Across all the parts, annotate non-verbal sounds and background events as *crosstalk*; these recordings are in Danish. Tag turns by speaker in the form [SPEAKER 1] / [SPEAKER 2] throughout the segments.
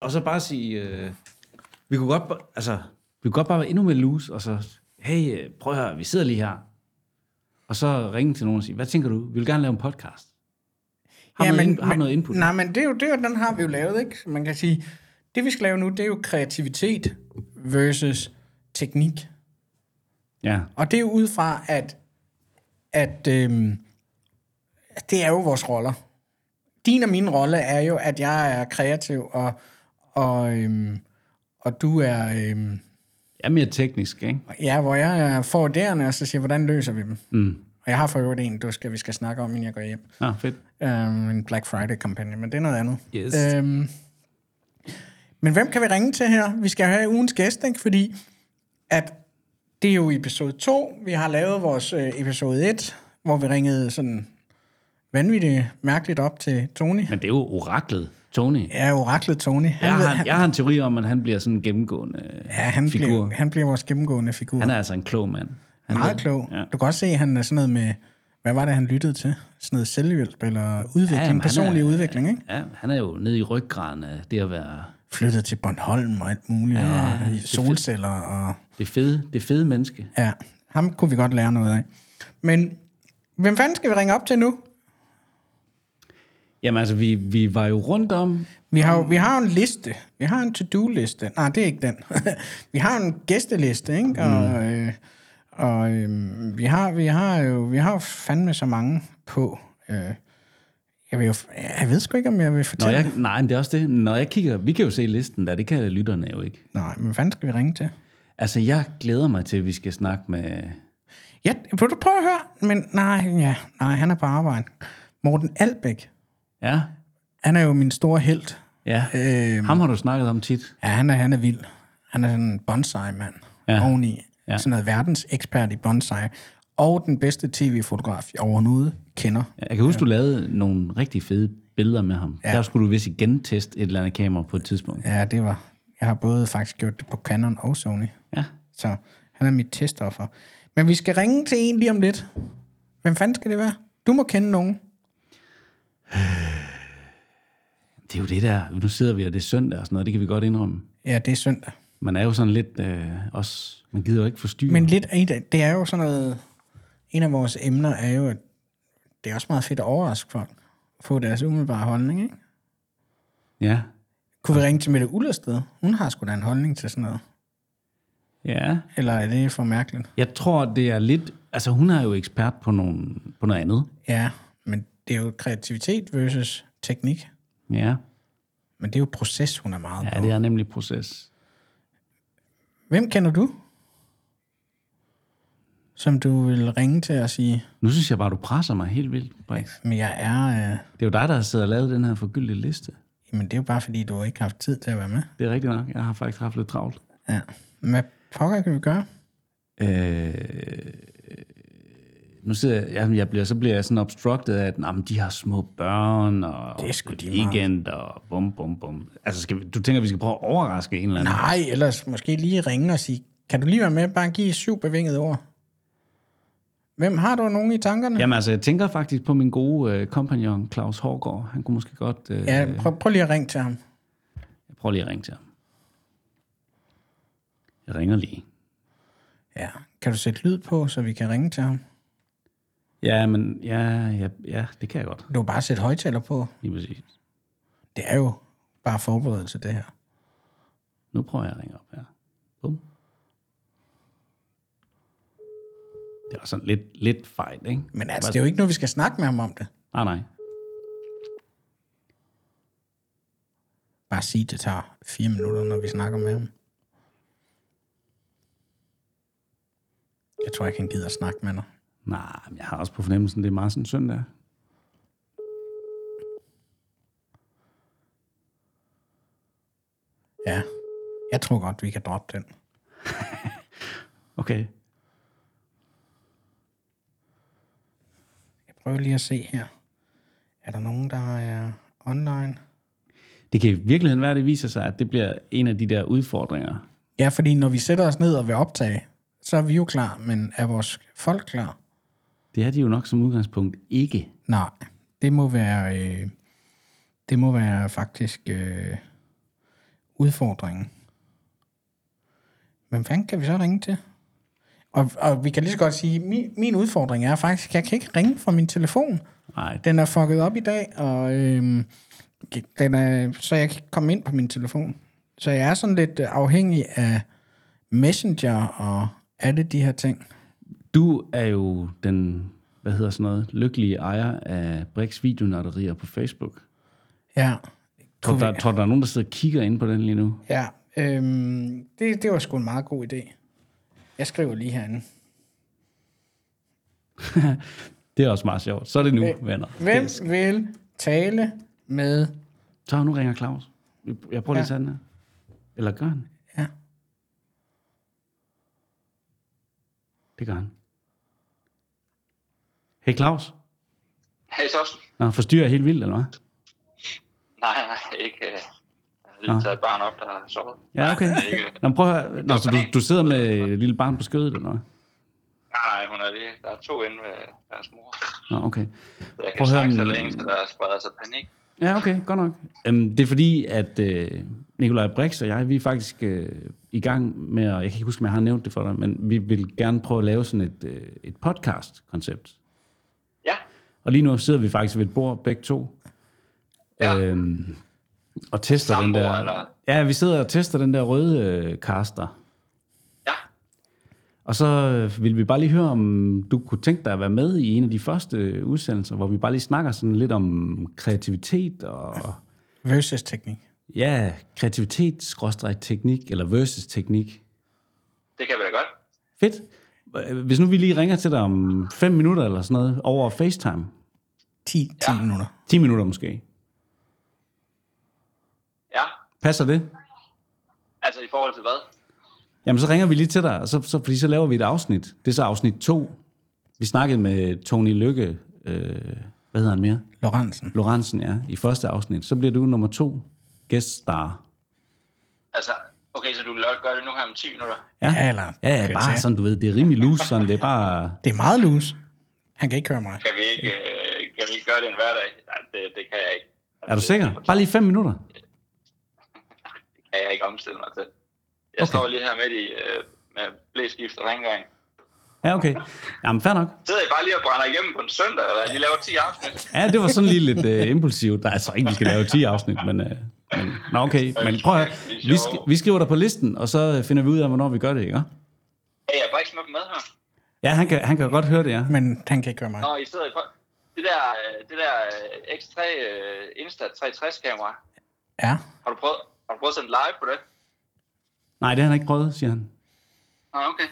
[SPEAKER 1] og så bare sige, øh, vi kunne godt, ba- altså, vi kunne godt bare være endnu mere loose, og så, hey, øh, prøv at høre, vi sidder lige her. Og så ringe til nogen og sige, hvad tænker du? Vi vil gerne lave en podcast. Har, ja, noget, men, har noget input?
[SPEAKER 2] Nej, men det er, jo, det er jo, den har vi jo lavet, ikke? Så Man kan sige, det vi skal lave nu, det er jo kreativitet versus teknik.
[SPEAKER 1] Ja,
[SPEAKER 2] Og det er jo ud fra, at, at øhm, at det er jo vores roller. Din og min rolle er jo, at jeg er kreativ, og, og, øhm, og du er... Øhm,
[SPEAKER 1] jeg er mere teknisk, ikke?
[SPEAKER 2] ja, hvor jeg er forderende, og så siger, hvordan løser vi dem? Mm. Og jeg har for øvrigt en, du skal, vi skal snakke om, inden jeg går hjem.
[SPEAKER 1] Nå, fedt.
[SPEAKER 2] Øhm, en Black Friday-kampagne, men det er noget andet.
[SPEAKER 1] Yes.
[SPEAKER 2] Øhm, men hvem kan vi ringe til her? Vi skal have ugens gæst, ikke? fordi at det er jo episode 2. Vi har lavet vores øh, episode 1, hvor vi ringede sådan vanvittigt mærkeligt op til Tony.
[SPEAKER 1] Men det er jo oraklet, Tony.
[SPEAKER 2] Ja, oraklet Tony. Han,
[SPEAKER 1] Jeg
[SPEAKER 2] ved-
[SPEAKER 1] har, jeg har en teori om, at han bliver sådan en gennemgående
[SPEAKER 2] ja, han,
[SPEAKER 1] figur.
[SPEAKER 2] bliver, han bliver vores gennemgående figur.
[SPEAKER 1] Han er altså en klog mand. Han
[SPEAKER 2] meget
[SPEAKER 1] ved-
[SPEAKER 2] klog.
[SPEAKER 1] Ja.
[SPEAKER 2] Du kan også se, at han er sådan noget med, hvad var det, han lyttede til? Sådan noget selvhjælp eller udvikling,
[SPEAKER 1] Ja,
[SPEAKER 2] ja,
[SPEAKER 1] jamen, han
[SPEAKER 2] personlig
[SPEAKER 1] er-
[SPEAKER 2] er, udvikling, ikke?
[SPEAKER 1] Ja, han er jo nede i ryggraden af det at være
[SPEAKER 2] Flyttet til Bornholm og alt muligt, ja, og i solceller og...
[SPEAKER 1] det fede, det fede menneske.
[SPEAKER 2] Ja, ham kunne vi godt lære noget af. Men hvem fanden skal vi ringe op til nu?
[SPEAKER 1] Jamen altså, vi, vi var jo rundt om...
[SPEAKER 2] Vi har jo vi har jo en liste. Vi har en to-do-liste. Nej, det er ikke den. *laughs* vi har en gæsteliste, ikke? Og, øh, og øh, vi, har, vi har jo vi har jo fandme så mange på. Øh, jeg, vil jo, jeg ved sgu ikke, om jeg vil
[SPEAKER 1] Når
[SPEAKER 2] fortælle.
[SPEAKER 1] jeg, nej, men det er også det. Når jeg kigger... Vi kan jo se listen der, det kan lytterne jo ikke.
[SPEAKER 2] Nej, men hvad fanden skal vi ringe til?
[SPEAKER 1] Altså, jeg glæder mig til, at vi skal snakke med...
[SPEAKER 2] Ja, vil du prøve at høre? Men nej, ja, nej, han er på arbejde. Morten Albæk,
[SPEAKER 1] Ja,
[SPEAKER 2] han er jo min store held.
[SPEAKER 1] ja.
[SPEAKER 2] Øh,
[SPEAKER 1] Ham har du snakket om tit.
[SPEAKER 2] ja, han er, han er vild. Han er sådan en bonsai-mand
[SPEAKER 1] Ja.
[SPEAKER 2] ja. oveni.
[SPEAKER 1] Ja.
[SPEAKER 2] Ja. Sådan noget verdensekspert i bonsai. Og den bedste tv-fotograf, jeg overhovedet kender.
[SPEAKER 1] Jeg kan huske, du lavede nogle rigtig fede billeder med ham. Ja. Der skulle du vist igen teste et eller andet kamera på et tidspunkt.
[SPEAKER 2] Ja, det var... Jeg har både faktisk gjort det på Canon og Sony.
[SPEAKER 1] Ja.
[SPEAKER 2] Så han er mit testoffer. Men vi skal ringe til en lige om lidt. Hvem fanden skal det være? Du må kende nogen.
[SPEAKER 1] Det er jo det der. Nu sidder vi, og det er søndag og sådan noget. Det kan vi godt indrømme.
[SPEAKER 2] Ja, det er søndag.
[SPEAKER 1] Man er jo sådan lidt øh, også... Man gider jo ikke forstyrre.
[SPEAKER 2] Men lidt af en af- det er jo sådan noget, en af vores emner er jo, at det er også meget fedt at overraske folk, få deres umiddelbare holdning, ikke?
[SPEAKER 1] Ja.
[SPEAKER 2] Kunne vi ringe til Mette Ullersted? Hun har sgu da en holdning til sådan noget.
[SPEAKER 1] Ja.
[SPEAKER 2] Eller er det for mærkeligt?
[SPEAKER 1] Jeg tror, det er lidt... Altså, hun er jo ekspert på, nogle, på noget andet.
[SPEAKER 2] Ja, men det er jo kreativitet versus teknik.
[SPEAKER 1] Ja.
[SPEAKER 2] Men det er jo proces, hun er meget
[SPEAKER 1] ja,
[SPEAKER 2] på.
[SPEAKER 1] det er nemlig proces.
[SPEAKER 2] Hvem kender du? Som du vil ringe til og sige,
[SPEAKER 1] Nu synes jeg bare, du presser mig helt vildt, Brix.
[SPEAKER 2] men jeg er... Øh,
[SPEAKER 1] Det er jo dig, der har siddet og lavet den her forgyldte liste.
[SPEAKER 2] jamen det er jo bare fordi, du ikke har haft tid til at være med.
[SPEAKER 1] Det er rigtigt nok. Jeg har faktisk haft lidt travlt.
[SPEAKER 2] Ja. Men Hvad pokker kan vi gøre?
[SPEAKER 1] Øh, nu sidder jeg, jamen, jeg bliver, så bliver jeg sådan obstructed af, at jamen, de har små børn, og
[SPEAKER 2] Det er sgu de
[SPEAKER 1] weekend, og bum, bum, bum. Altså, skal vi, du tænker, vi skal prøve at overraske en eller anden?
[SPEAKER 2] Nej, ellers måske lige ringe og sige, kan du lige være med, bare give syv bevingede ord? Hvem har du nogen i tankerne?
[SPEAKER 1] Jamen altså, jeg tænker faktisk på min gode øh, kompagnon, Claus Hårgaard. Han kunne måske godt... Øh,
[SPEAKER 2] Ja, prøv, prøv lige at ringe til ham.
[SPEAKER 1] Jeg prøver lige at ringe til ham. Jeg ringer lige.
[SPEAKER 2] Ja. Kan du sætte lyd på, så vi kan ringe til ham?
[SPEAKER 1] Ja, men ja, ja, ja det kan jeg godt.
[SPEAKER 2] Du kan bare sætte højtaler på.
[SPEAKER 1] Lige præcis.
[SPEAKER 2] Det er jo bare forberedelse, det her.
[SPEAKER 1] Nu prøver jeg at ringe op her. Bum. Det var sådan lidt, lidt fejl, ikke?
[SPEAKER 2] Men altså, det er jo ikke noget, vi skal snakke med ham om det.
[SPEAKER 1] Nej, nej.
[SPEAKER 2] Bare sige, det tager fire minutter, når vi snakker med ham. Jeg tror ikke, han gider at snakke med dig.
[SPEAKER 1] Nej, men jeg har også på fornemmelsen, det er meget sådan søndag.
[SPEAKER 2] Ja. Jeg tror godt, vi kan droppe den.
[SPEAKER 1] Okay.
[SPEAKER 2] Jeg prøver lige at se her. Er der nogen, der er online?
[SPEAKER 1] Det kan i virkeligheden være, at det viser sig, at det bliver en af de der udfordringer.
[SPEAKER 2] Ja, fordi når vi sætter os ned og vil optage, så er vi jo klar, men er vores folk klar?
[SPEAKER 1] Det er de jo nok som udgangspunkt ikke.
[SPEAKER 2] Nej, det må være, øh, det må være faktisk øh, udfordringen. Hvem fanden kan vi så ringe til? Og, og vi kan lige så godt sige, min, min udfordring er faktisk, at jeg kan ikke ringe fra min telefon.
[SPEAKER 1] Nej,
[SPEAKER 2] Den er fucket op i dag, og øhm, den er, så jeg kan ikke komme ind på min telefon. Så jeg er sådan lidt øh, afhængig af Messenger og alle de her ting.
[SPEAKER 1] du er jo den, hvad hedder sådan noget, lykkelige ejer af Brix Videonørderier på Facebook.
[SPEAKER 2] Ja,
[SPEAKER 1] Tror du, der, tror du, der er nogen, der sidder og kigger ind på den lige nu?
[SPEAKER 2] ja øhm, det, det var sgu en meget god idé. Jeg skriver lige herinde.
[SPEAKER 1] Det er også meget sjovt. Så er det nu, venner.
[SPEAKER 2] Hvem vil tale med...
[SPEAKER 1] Så nu ringer Claus. Jeg prøver lige at tage den her. Eller gør han?
[SPEAKER 2] Ja.
[SPEAKER 1] Det gør han. Hey Claus.
[SPEAKER 3] Hej Torsten.
[SPEAKER 1] Nå, forstyrrer jeg helt vildt, eller hvad?
[SPEAKER 3] Nej, nej, ikke. øh, Jeg har lige
[SPEAKER 1] Nå.
[SPEAKER 3] taget et barn op, der har sovet.
[SPEAKER 1] Ja, okay.
[SPEAKER 3] Nej, ikke.
[SPEAKER 1] Nå, men prøv at høre. Nå, så du, du sidder med et lille barn på skødet, eller hvad?
[SPEAKER 3] Nej, nej, hun er lige. Der er to inde ved deres mor.
[SPEAKER 1] Nå, okay.
[SPEAKER 3] Så jeg
[SPEAKER 1] Prøv
[SPEAKER 3] kan
[SPEAKER 1] at høre,
[SPEAKER 3] snakke så
[SPEAKER 1] men-
[SPEAKER 3] længe, så der spreder sig panik.
[SPEAKER 1] Ja, okay, godt nok. Øhm, det er fordi, at øh, Nikolaj Brix og jeg, vi er faktisk øh, i gang med, og jeg kan ikke huske, om jeg har nævnt det for dig, men vi vil gerne prøve at lave sådan et, øh, et podcast-koncept.
[SPEAKER 3] Ja,
[SPEAKER 1] Og lige nu sidder vi faktisk ved et bord, begge to,
[SPEAKER 3] Ja.
[SPEAKER 1] øhm, og tester
[SPEAKER 3] Samme
[SPEAKER 1] den der...
[SPEAKER 3] bord, eller?
[SPEAKER 1] Ja, vi sidder og tester den der røde øh, caster.
[SPEAKER 3] ja.
[SPEAKER 1] Og så øh, ville vi bare lige høre, om du kunne tænke dig at være med i en af de første øh, udsendelser, hvor vi bare lige snakker sådan lidt om kreativitet og...
[SPEAKER 2] Versus teknik.
[SPEAKER 1] Ja, kreativitet, skråstreg teknik, eller versus teknik.
[SPEAKER 3] Det kan vi da godt.
[SPEAKER 1] Fedt. Øh, Hvis nu vi lige ringer til dig om 5 minutter eller sådan noget, over FaceTime.
[SPEAKER 2] 10, 10 ja. minutter.
[SPEAKER 1] 10 minutter måske.
[SPEAKER 3] Ja,
[SPEAKER 1] Passer det?
[SPEAKER 3] altså i forhold til hvad?
[SPEAKER 1] Jamen, så ringer vi lige til dig, og så, så, fordi så laver vi et afsnit. Det er så afsnit 2. Vi snakkede med Tony Lykke, øh, hvad hedder han mere?
[SPEAKER 2] Lorentzen.
[SPEAKER 1] Lorentzen, ja, i første afsnit. Så bliver du nummer to gæststar.
[SPEAKER 3] Altså, okay, så du vil godt gøre det nu her om 10 minutter.
[SPEAKER 2] Ja, eller
[SPEAKER 1] Ja, ja, bare sådan, du ved, det er rimelig loose, sådan, det er bare...
[SPEAKER 2] Det er meget loose. Han kan ikke høre mig.
[SPEAKER 3] Kan vi ikke, øh, kan vi ikke gøre det en hverdag? Nej, det, det kan jeg ikke.
[SPEAKER 1] Er du sikker? Bare lige fem minutter.
[SPEAKER 3] Det kan jeg ikke omstille mig til. Jeg okay. står lige her midt i øh, med blæskift og rengøring.
[SPEAKER 1] Ja, okay. Jamen, fair nok.
[SPEAKER 3] Sidder I bare lige og brænder igennem på en søndag, eller de laver 10 afsnit?
[SPEAKER 1] Ja, det var sådan lige lidt øh, impulsivt. Nej, jeg tror ikke, vi skal lave 10 afsnit, men... Øh, men nå, okay. Men prøv at høre. vi, sk- vi skriver dig på listen, og så finder vi ud af, hvornår vi gør det, ikke?
[SPEAKER 3] Ja, jeg er bare ikke smuk med her.
[SPEAKER 1] Ja, han kan, han kan godt høre det, ja.
[SPEAKER 2] Men han kan ikke høre mig.
[SPEAKER 3] Nå, I sidder i folk. Det der, øh, det der øh, X3 øh, Insta360-kamera,
[SPEAKER 2] Ja.
[SPEAKER 3] har du prøvet, har du prøvet at sende live på det?
[SPEAKER 1] Nej, det har han ikke prøvet, siger han.
[SPEAKER 3] Nå, okay.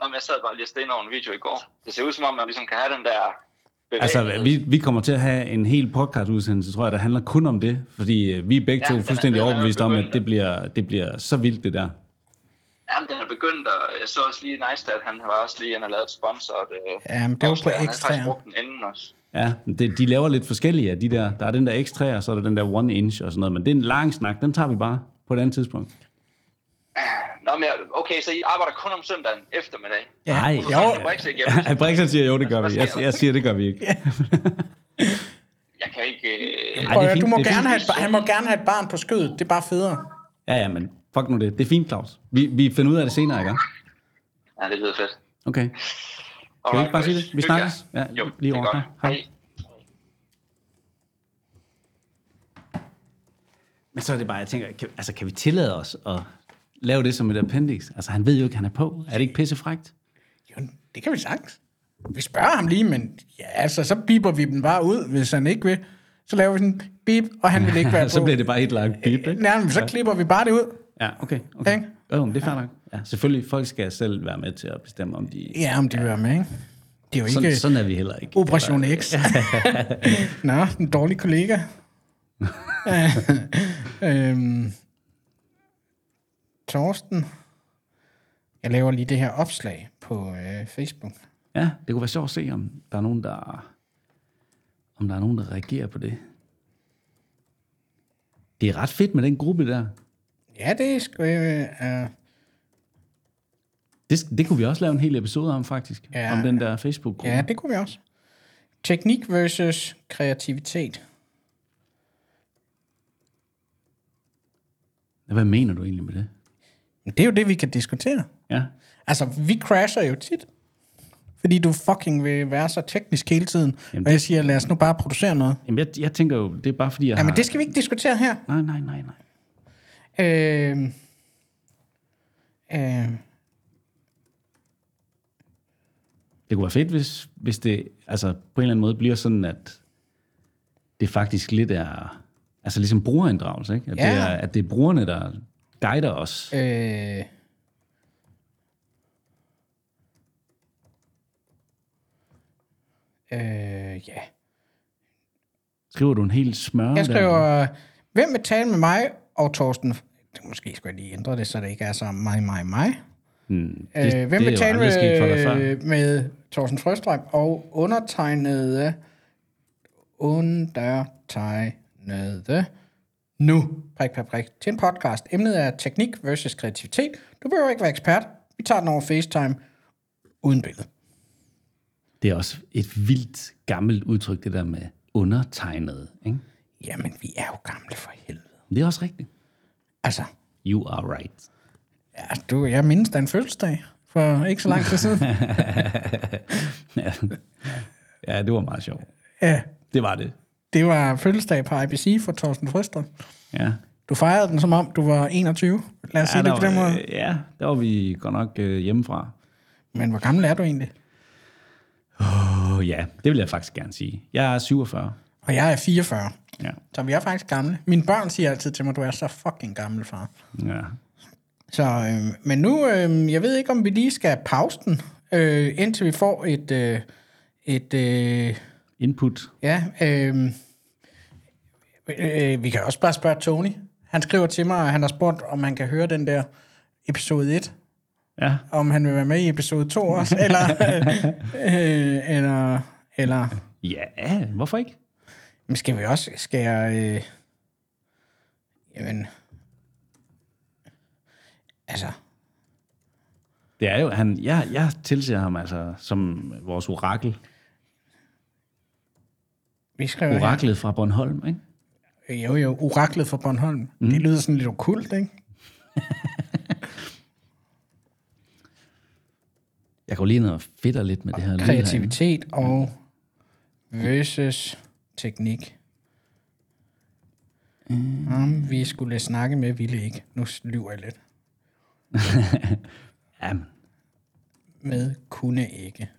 [SPEAKER 3] Nå, men jeg sad bare lige og stenede over en video i går. Det ser ud som om, man ligesom kan have den der
[SPEAKER 1] Altså,
[SPEAKER 3] Øh,
[SPEAKER 1] vi, vi kommer til at have en hel podcastudsendelse, tror jeg, der handler kun om det, fordi øh, vi er begge ja,
[SPEAKER 3] Ja, den
[SPEAKER 1] to
[SPEAKER 3] er-
[SPEAKER 1] fuldstændig
[SPEAKER 3] den er
[SPEAKER 1] overbevist om, at
[SPEAKER 3] begyndt.
[SPEAKER 1] det bliver, det bliver så vildt, det der.
[SPEAKER 3] Jamen, den er begyndt, og jeg så også lige Nice, at han var også lige inde og lavet et sponsor. Og det,
[SPEAKER 2] Ja, men det var på
[SPEAKER 3] Han havde
[SPEAKER 2] X3.
[SPEAKER 3] faktisk brugt den inden også.
[SPEAKER 1] Ja, det, de laver lidt forskellige af de der. Der er den der X3, og så er der den der One Inch og sådan noget, men det er en lang snak, den tager vi bare på et andet tidspunkt.
[SPEAKER 3] Nå, men jeg- okay, så I arbejder kun om søndagen eftermiddag.
[SPEAKER 2] Ja.
[SPEAKER 1] Nej.
[SPEAKER 3] Hvorfor
[SPEAKER 2] Jo.
[SPEAKER 3] sender du Brix igennem?
[SPEAKER 1] *laughs* Brixen siger, jo, det gør vi. Jeg, jeg siger, det gør vi ikke.
[SPEAKER 3] Jeg kan ikke... Øh,
[SPEAKER 1] Ej, det er
[SPEAKER 2] Og,
[SPEAKER 1] fint,
[SPEAKER 2] du må
[SPEAKER 1] det er
[SPEAKER 2] gerne
[SPEAKER 1] fint.
[SPEAKER 2] have et, bar- han må gerne have et barn på skødet. Det er bare federe.
[SPEAKER 1] Ja, ja, men fuck nu det. Det er fint, Claus. Vi, vi finder ud af det senere, ikke?
[SPEAKER 3] ja, det lyder fedt.
[SPEAKER 1] Okay. Kan vi
[SPEAKER 3] Alright,
[SPEAKER 1] ikke bare sige det? Vi
[SPEAKER 3] hygge
[SPEAKER 1] snakkes.
[SPEAKER 3] jer.
[SPEAKER 1] Ja,
[SPEAKER 3] jo,
[SPEAKER 1] lige
[SPEAKER 3] det er
[SPEAKER 1] over.
[SPEAKER 3] godt.
[SPEAKER 1] Hej.
[SPEAKER 3] Hej.
[SPEAKER 1] Men så er det bare, jeg tænker, kan, altså, kan vi tillade os at lave det som et appendix? Altså, han ved jo ikke, han er på. Er det ikke pissefrægt?
[SPEAKER 2] Jo, det kan vi sagtens. Vi spørger ham lige, men ja, altså, så biber vi den bare ud, hvis han ikke vil. Så laver vi sådan en bip, og han vil ikke være på.
[SPEAKER 1] *laughs* så bliver det bare helt langt bip, ikke?
[SPEAKER 2] Nærmest, så klipper vi bare det ud.
[SPEAKER 1] Ja, okay. okay.
[SPEAKER 2] Ikke?
[SPEAKER 1] Jo, men det er fair nok. Ja, selvfølgelig, folk skal selv være med til at bestemme, om de...
[SPEAKER 2] Ja, om det vil være med, ikke? Det er jo
[SPEAKER 1] Sådan,
[SPEAKER 2] ikke
[SPEAKER 1] sådan er vi heller ikke.
[SPEAKER 2] Operation X. *laughs* Nå, en dårlig kollega. øhm, Torsten. Jeg laver lige det her opslag på øh, Facebook.
[SPEAKER 1] Ja, det kunne være sjovt at se, om der er nogen, der, om der, er nogen, der reagerer på det. Det er ret fedt med den gruppe der.
[SPEAKER 2] Ja, det er sgu... Øh, øh,
[SPEAKER 1] Det, det kunne vi også lave en hel episode om, faktisk.
[SPEAKER 2] Ja.
[SPEAKER 1] Ja. Om den der Facebook-gruppe.
[SPEAKER 2] ja, det kunne vi også. Teknik versus kreativitet.
[SPEAKER 1] Hvad mener du egentlig med det?
[SPEAKER 2] Men det er jo det, vi kan diskutere.
[SPEAKER 1] Ja.
[SPEAKER 2] Altså, vi crasher jo tit. Fordi du fucking vil være så teknisk hele tiden.
[SPEAKER 1] Jamen,
[SPEAKER 2] Jamen, og jeg siger, lad os nu bare producere noget.
[SPEAKER 1] Jamen, jeg, jeg tænker jo, det er bare fordi, jeg
[SPEAKER 2] Jamen,
[SPEAKER 1] har...
[SPEAKER 2] det skal vi ikke diskutere her.
[SPEAKER 1] Nej, nej, nej, nej.
[SPEAKER 2] Øh, øh,
[SPEAKER 1] Det kunne være fedt, hvis, hvis det altså, på en eller anden måde bliver sådan, at det faktisk lidt er... Altså ligesom brugerinddragelse, ikke? At,
[SPEAKER 2] Ja.
[SPEAKER 1] det, er, at det er brugerne, der guider os.
[SPEAKER 2] øh, øh, ja.
[SPEAKER 1] Skriver du en hel smør?
[SPEAKER 2] Jeg
[SPEAKER 1] der?
[SPEAKER 2] skriver, hvem vil tale med mig og Torsten? Måske skulle jeg lige ændre det, så det ikke er så mig, mig, mig.
[SPEAKER 1] Hmm,
[SPEAKER 2] Det, øh, hvem
[SPEAKER 1] det
[SPEAKER 2] vil
[SPEAKER 1] er jo
[SPEAKER 2] tale
[SPEAKER 1] aldrig sket for dig før.
[SPEAKER 2] med, med Thorsten Frøstrøm og undertegnede, undertegnede nu, prik, prik, prik, til en podcast. Emnet er teknik versus kreativitet. Du behøver ikke være ekspert. Vi tager den over FaceTime uden billede.
[SPEAKER 1] Det er også et vildt gammelt udtryk, det der med undertegnet. Ikke?
[SPEAKER 2] Jamen, vi er jo gamle for helvede.
[SPEAKER 1] Men Det er også rigtigt.
[SPEAKER 2] Altså,
[SPEAKER 1] You are right. *laughs*
[SPEAKER 2] ja, du, jeg mindes da en fødselsdag for ikke så lang tid siden.
[SPEAKER 1] Ja. ja, det var meget sjovt.
[SPEAKER 2] ja,
[SPEAKER 1] Det var det.
[SPEAKER 2] det var fødselsdag på IBC for Thorsten Frøstrøm.
[SPEAKER 1] Ja.
[SPEAKER 2] Du fejrede den, som om du var 21. Lad os ja, sige det
[SPEAKER 1] der
[SPEAKER 2] på den
[SPEAKER 1] var,
[SPEAKER 2] måde.
[SPEAKER 1] øh, Ja, der var vi godt nok øh, hjemmefra.
[SPEAKER 2] Men hvor gammel er du egentlig?
[SPEAKER 1] Åh oh, ja, det vil jeg faktisk gerne sige. Jeg er 47.
[SPEAKER 2] Og jeg er 44.
[SPEAKER 1] Ja.
[SPEAKER 2] Så vi er faktisk gamle. Mine børn siger altid til mig, du er så fucking gammel, far.
[SPEAKER 1] ja.
[SPEAKER 2] Så, øh, men nu, øh, jeg ved ikke, om vi lige skal pause den, øh, indtil vi får et, øh, et øh,
[SPEAKER 1] Input.
[SPEAKER 2] ja, øh, øh, vi kan også bare spørge Tony. Han skriver til mig, at han har spurgt, om han kan høre den der episode 1,
[SPEAKER 1] Ja.
[SPEAKER 2] om han vil være med i episode 2 også, eller, øh, eller, eller
[SPEAKER 1] Ja, hvorfor ikke?
[SPEAKER 2] Men skal vi også, skal jeg, øh, jamen, altså,
[SPEAKER 1] Det er jo, han, jeg, jeg tilser ham altså som vores orakel.
[SPEAKER 2] vi skriver her.
[SPEAKER 1] Oraklet fra Bornholm, ikke?
[SPEAKER 2] Jo, jo, oraklet for Bornholm. Mm. Det lyder sådan lidt okult, ikke?
[SPEAKER 1] Jeg går lige ned og fedter lidt med det her lyd herinde.
[SPEAKER 2] Kreativitet og versus teknik. Mm. Om vi skulle snakke med, ville ikke. Nu lyver jeg lidt.
[SPEAKER 1] *laughs* Jamen,
[SPEAKER 2] Med kunne ikke.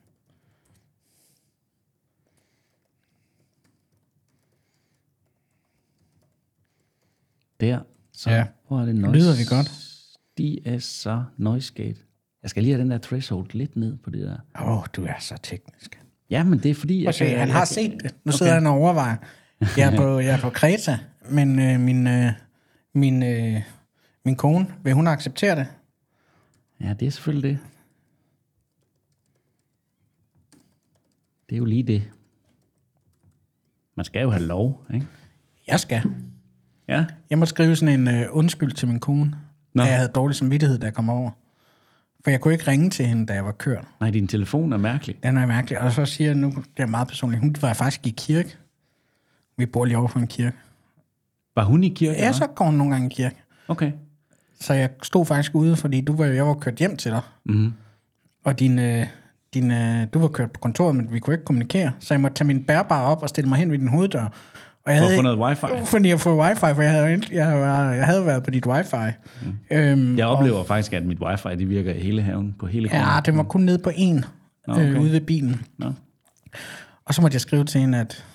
[SPEAKER 1] der. Så,
[SPEAKER 2] Ja.
[SPEAKER 1] Hvor er det noise?
[SPEAKER 2] Lyder vi godt?
[SPEAKER 1] De er så noise gate. Jeg skal lige have den der threshold lidt ned på det der.
[SPEAKER 2] Åh, oh, du er så teknisk.
[SPEAKER 1] Jamen, det er fordi...
[SPEAKER 2] Okay,
[SPEAKER 1] kan-
[SPEAKER 2] han har
[SPEAKER 1] jeg-
[SPEAKER 2] set det. Nu sidder han og overvejer. Jeg er på, jeg er på Kreta, men øh, min, øh, min, øh, min kone, vil hun acceptere det?
[SPEAKER 1] Ja, det er selvfølgelig det. Det er jo lige det. Man skal jo have lov, ikke?
[SPEAKER 2] Jeg skal.
[SPEAKER 1] Ja.
[SPEAKER 2] Jeg måtte skrive sådan en øh, undskyld til min kone,
[SPEAKER 1] Nå.
[SPEAKER 2] Nå. da jeg havde dårlig samvittighed, da jeg kom over. For jeg kunne ikke ringe til hende, da jeg var kørt.
[SPEAKER 1] Nej, din telefon er mærkelig.
[SPEAKER 2] Den er mærkelig. Og så siger jeg nu, det er meget personligt, hun var faktisk i kirke. Vi bor lige over for en kirke.
[SPEAKER 1] Var hun i kirke?
[SPEAKER 2] Ja,
[SPEAKER 1] eller
[SPEAKER 2] så går hun nogle gange i kirke.
[SPEAKER 1] hvad? Okay.
[SPEAKER 2] Så jeg stod faktisk ude, fordi du var, jeg var kørt hjem til dig.
[SPEAKER 1] Mhm.
[SPEAKER 2] Og din, øh, din, øh, du var kørt på kontoret, men vi kunne ikke kommunikere. Så jeg måtte tage min bærbare op og stille mig hen ved din hoveddør. Og jeg
[SPEAKER 1] For at få
[SPEAKER 2] ikke-
[SPEAKER 1] noget wifi.
[SPEAKER 2] Fordi jeg får wifi, for jeg havde, ikke- jeg, var, jeg havde været på dit wifi. Mm. Øhm,
[SPEAKER 1] Jeg oplever faktisk, at mit wifi det virker i hele haven, på hele
[SPEAKER 2] ja, det var kun nede på en
[SPEAKER 1] Nå,
[SPEAKER 2] okay.
[SPEAKER 1] okay.
[SPEAKER 2] øh, ude ved bilen.
[SPEAKER 1] Nå.
[SPEAKER 2] Og så måtte jeg skrive til hende, at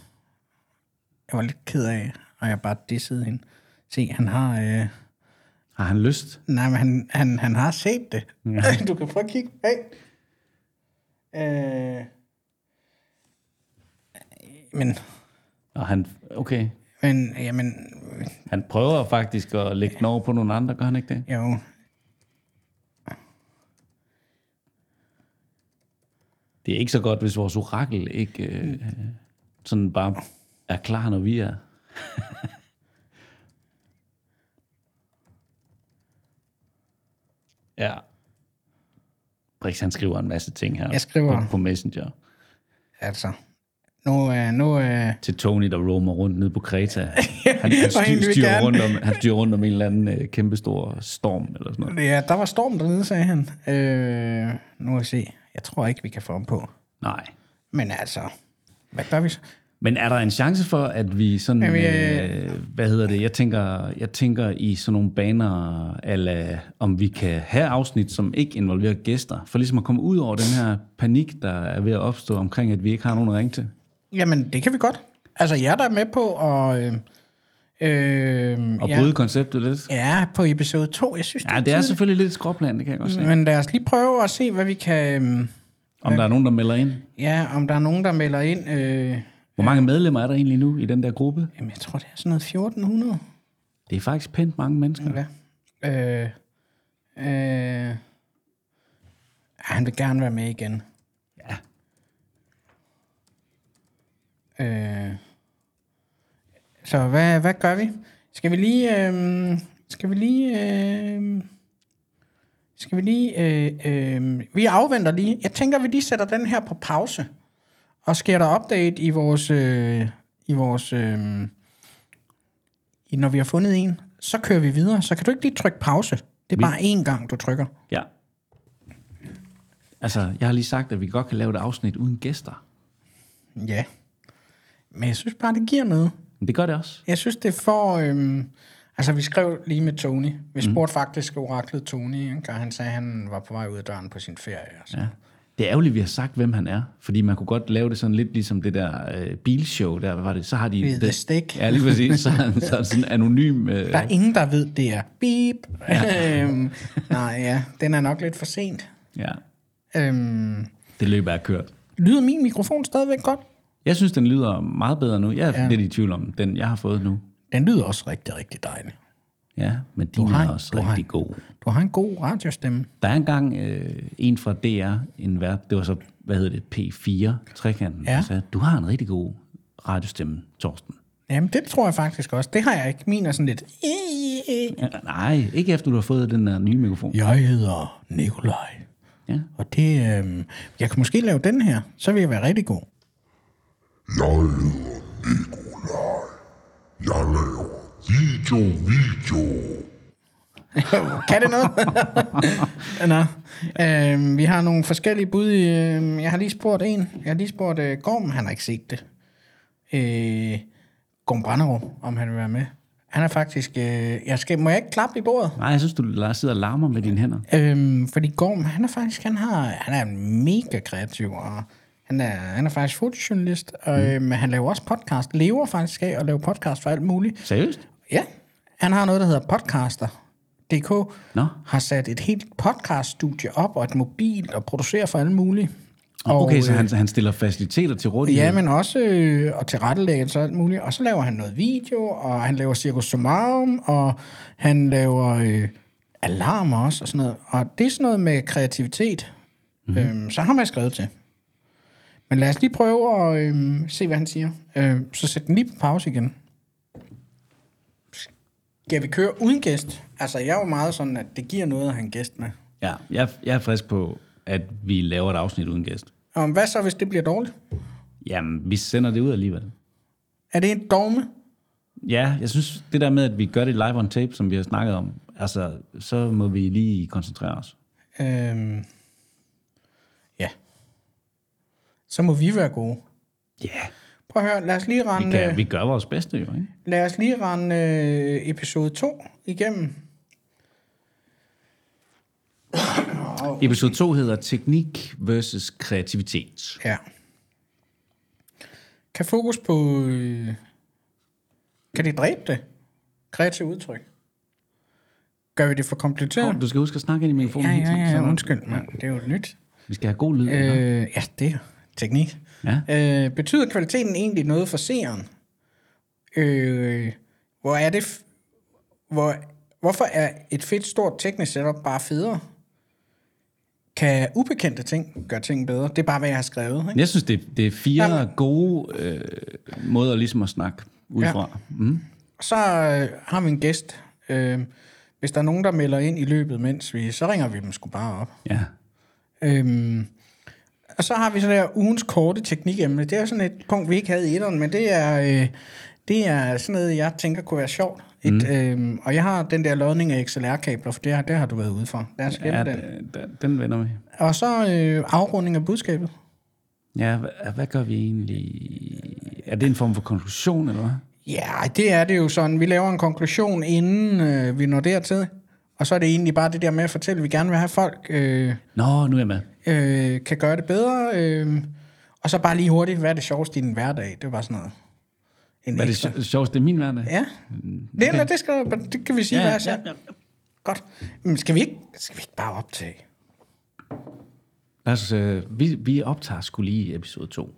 [SPEAKER 2] jeg var lidt ked af, og jeg bare dissede hende. Se, han har... Øh,
[SPEAKER 1] Har han lyst?
[SPEAKER 2] nej, men han, han, han har set det.
[SPEAKER 1] Ja.
[SPEAKER 2] *laughs* du kan prøve at kigge bag. Øh, men
[SPEAKER 1] Og han, okay.
[SPEAKER 2] Men, jamen,
[SPEAKER 1] Han prøver faktisk at lægge den over på nogle andre, gør han ikke det?
[SPEAKER 2] jo.
[SPEAKER 1] Det er ikke så godt, hvis vores orakel ikke øh, sådan bare er klar, når vi er. *laughs* ja. Brix, han skriver en masse ting her
[SPEAKER 2] Jeg skriver-
[SPEAKER 1] på, på Messenger.
[SPEAKER 2] Altså, Nu, øh, nu, øh,
[SPEAKER 1] til Tony, der roamer rundt nede på *laughs* Kreta. Han,
[SPEAKER 2] Og
[SPEAKER 1] han, styr,
[SPEAKER 2] egentlig vil
[SPEAKER 1] styrer
[SPEAKER 2] gerne.
[SPEAKER 1] rundt om, han styrer rundt om en eller anden øh, kæmpestor storm eller sådan noget.
[SPEAKER 2] ja, der var storm dernede, sagde han. Øh, nu må vi se. Jeg tror ikke, vi kan få ham på.
[SPEAKER 1] Nej.
[SPEAKER 2] Men altså, hvad gør vi så?
[SPEAKER 1] Men er der en chance for, at vi sådan...
[SPEAKER 2] Jamen,
[SPEAKER 1] øh, hvad hedder det? Jeg tænker, jeg tænker i sådan nogle baner, ala, om vi kan have afsnit, som ikke involverer gæster, for ligesom at komme ud over den her panik, der er ved at opstå omkring, at vi ikke har nogen at ringe til.
[SPEAKER 2] Jamen, det kan vi godt. Altså, jeg er der med på at... Øh, øh,
[SPEAKER 1] Og
[SPEAKER 2] ja,
[SPEAKER 1] bryde konceptet lidt.
[SPEAKER 2] ja, på episode 2. Jeg synes,
[SPEAKER 1] Ja, det Mm. er selvfølgelig lidt et skråplan, det kan jeg godt se.
[SPEAKER 2] Men lad os lige prøve at se, hvad vi kan... øhm,
[SPEAKER 1] Om der er nogen, der melder ind.
[SPEAKER 2] Ja, om der er nogen, der melder ind. Øh,
[SPEAKER 1] Hvor mange medlemmer er der egentlig nu i den der gruppe?
[SPEAKER 2] jamen, jeg tror, det er sådan noget 1400.
[SPEAKER 1] Det er faktisk pænt mange mennesker.
[SPEAKER 2] Ja. Øh, øh, ah, han vil gerne være med igen.
[SPEAKER 1] Ja.
[SPEAKER 2] Øh, så hvad, hvad gør vi? Skal vi lige... Øh, skal vi lige... Øh, skal vi lige... Øh, øh, vi afventer lige. Jeg tænker, vi lige sætter den her på pause. Og sker der update i vores... Øh, I vores... Øh, i, når vi har fundet en, så kører vi videre. Så kan du ikke lige trykke pause. Det er bare én gang, du trykker.
[SPEAKER 1] Ja. Altså, jeg har lige sagt, at vi godt kan lave et afsnit uden gæster.
[SPEAKER 2] Ja. Men jeg synes bare, det giver noget.
[SPEAKER 1] Men det gør det også.
[SPEAKER 2] Jeg synes, det får... Øhm, altså, vi skrev lige med Tony. Vi spurgte faktisk oraklet Tony, ikke? og han sagde, at han var på vej ud af døren på sin ferie. Altså. Ja.
[SPEAKER 1] Ja. Det er ærgerligt, at vi har sagt, hvem han er. Fordi man kunne godt lave det sådan lidt ligesom det der øh, bilshow der. Hvad var det? Så har de...
[SPEAKER 2] Ved The Stick.
[SPEAKER 1] Ja, lige præcis. Så er han så er han sådan en anonym...
[SPEAKER 2] *laughs*
[SPEAKER 1] Øh,
[SPEAKER 2] Der er ingen, der ved, det er beep. Ja. *laughs* øhm, nej, ja, den er nok lidt for sent.
[SPEAKER 1] ja,
[SPEAKER 2] Øhm,
[SPEAKER 1] det løb er kørt.
[SPEAKER 2] lyder min mikrofon stadigvæk godt?
[SPEAKER 1] Jeg synes, den lyder meget bedre nu. Jeg er ja. lidt i tvivl om den, jeg har fået nu.
[SPEAKER 2] Den lyder også rigtig, rigtig dejlig.
[SPEAKER 1] Ja, men din
[SPEAKER 2] har
[SPEAKER 1] er
[SPEAKER 2] en-
[SPEAKER 1] også
[SPEAKER 2] du har
[SPEAKER 1] rigtig god.
[SPEAKER 2] Du har en god radiostemme.
[SPEAKER 1] Der er engang øh, en fra DR, en vært, det var så, hvad hedder det, P4, trekanten,
[SPEAKER 2] Ja.
[SPEAKER 1] ja. sagde, du har en rigtig god radiostemme, Torsten.
[SPEAKER 2] Jamen, det tror jeg faktisk også. Det har jeg ikke. Min er sådan lidt...
[SPEAKER 1] Ja, nej, ikke efter du har fået den der nye mikrofon.
[SPEAKER 2] Jeg hedder Nikolaj.
[SPEAKER 1] Ja.
[SPEAKER 2] Og det... Øhm, jeg kan måske lave den her. Så vil jeg være rigtig god.
[SPEAKER 4] Jeg hedder Nikolaj. Jeg laver video, video.
[SPEAKER 2] *laughs* kan det noget? *laughs* Nå. Øhm, vi har nogle forskellige bud. i, Øhm, jeg har lige spurgt en. Jeg har lige spurgt øh, Gorm, han har ikke set det. Øh, Gorm Branderup, om han vil være med. Han er faktisk... Øh, jeg skal, må jeg ikke klappe i bordet?
[SPEAKER 1] Nej, jeg synes, du la- sidder og larmer med dine hænder.
[SPEAKER 2] Øhm, fordi Gorm, han er faktisk... Han, har, han er mega kreativ, og han er, han er faktisk fotojournalist, og, mm. men han laver også podcast. Lever faktisk af at lave podcast for alt muligt.
[SPEAKER 1] Seriøst?
[SPEAKER 2] Ja, han har noget, der hedder podcaster.dk,
[SPEAKER 1] Nå,
[SPEAKER 2] har sat et helt podcaststudie op og et mobil og producerer for alle mulige. Og,
[SPEAKER 1] okay, så
[SPEAKER 2] øh,
[SPEAKER 1] han, han stiller faciliteter til rådighed.
[SPEAKER 2] Ja, men også øh, og tilrettelæggelse og alt muligt. Og så laver han noget video, og han laver Circus Sumarum, og han laver øh, alarmer også og sådan noget. Og det er sådan noget med kreativitet. Mm-hmm. Øhm, så har man skrevet til. Men lad os lige prøve at øh, se, hvad han siger. Øh, så sæt den lige på pause igen. Skal vi køre uden gæst? Altså, jeg er jo meget sådan, at det giver noget at have en gæst med.
[SPEAKER 1] ja jeg, jeg er frisk på, at vi laver et afsnit uden gæst.
[SPEAKER 2] Og hvad så, hvis det bliver dårligt?
[SPEAKER 1] Jamen, vi sender det ud alligevel.
[SPEAKER 2] Er det en dogme?
[SPEAKER 1] Ja, jeg synes, det der med, at vi gør det live on tape, som vi har snakket om, altså, så må vi lige koncentrere os.
[SPEAKER 2] Øhm, ja. Så må vi være gode.
[SPEAKER 1] Ja, yeah.
[SPEAKER 2] Prøv at høre, lad os lige
[SPEAKER 1] vi,
[SPEAKER 2] rende,
[SPEAKER 1] kan,
[SPEAKER 2] øh,
[SPEAKER 1] vi gør vores bedste jo, ikke?
[SPEAKER 2] lad os lige rende øh, episode 2 igennem.
[SPEAKER 1] Episode 2 hedder Teknik versus kreativitet.
[SPEAKER 2] Ja. Kan fokus på... Øh, kan det dræbe det? Kreativt udtryk. Gør vi det for kompliceret?
[SPEAKER 1] Du skal huske at snakke ind i mikrofonen.
[SPEAKER 2] Ja,
[SPEAKER 1] hele
[SPEAKER 2] ja,
[SPEAKER 1] tiden,
[SPEAKER 2] ja,
[SPEAKER 1] sådan.
[SPEAKER 2] undskyld. Man. Det er jo nyt.
[SPEAKER 1] Vi skal have god lyd. Øh,
[SPEAKER 2] Øh, ja, det er teknik.
[SPEAKER 1] ja.
[SPEAKER 2] Øh, betyder kvaliteten egentlig noget for seeren? Øh, hvor er det... F- hvor, hvorfor er et fedt stort teknisk setup bare federe? Kan ubekendte ting gøre ting bedre? Det er bare, hvad jeg har skrevet. Ikke?
[SPEAKER 1] Jeg synes, det, det er fire Jamen. gode øh, måder ligesom at snakke ud
[SPEAKER 2] Ja.
[SPEAKER 1] fra. Mm.
[SPEAKER 2] Så øh, har vi en gæst. Øh, hvis der er nogen, der melder ind i løbet, mens vi... Så ringer vi dem sgu bare op.
[SPEAKER 1] Ja.
[SPEAKER 2] Øhm, Og så har vi så der ugens korte teknikemne. Det er sådan et punkt, vi ikke havde i etteren, men det er, øh, det er sådan noget, jeg tænker kunne være sjovt. Et, mm. øh, og jeg har den der lodning af XLR-kabler, for det, har- det har du været ude for. Lad os glemme
[SPEAKER 1] Ja,
[SPEAKER 2] ja, den.
[SPEAKER 1] den, den, den vender vi.
[SPEAKER 2] Og så øh, afrunding af budskabet.
[SPEAKER 1] Ja, hvad, hvad gør vi egentlig? Er det en form for konklusion, eller hvad?
[SPEAKER 2] Ja, det er det jo sådan. Vi laver en konklusion, inden øh, vi når dertil. Og så er det egentlig bare det der med at fortælle, at vi gerne vil have folk... Øh,
[SPEAKER 1] Nå, nu er jeg med.
[SPEAKER 2] øh, kan gøre det bedre. Øh, og så bare lige hurtigt, hvad er det sjoveste i din hverdag? Det var bare sådan noget. En
[SPEAKER 1] Hvad er det
[SPEAKER 2] ekstra.
[SPEAKER 1] sj- sjoveste? Det er min hverdag.
[SPEAKER 2] Ja. Det, eller, det, skal, det kan vi sige,
[SPEAKER 1] Ja,
[SPEAKER 2] ja, hvad er
[SPEAKER 1] ja,
[SPEAKER 2] ja, ja. Godt. Men skal vi, ikke, skal vi ikke bare optage?
[SPEAKER 1] Lad os, øh, vi, vi optager skulle lige episode 2.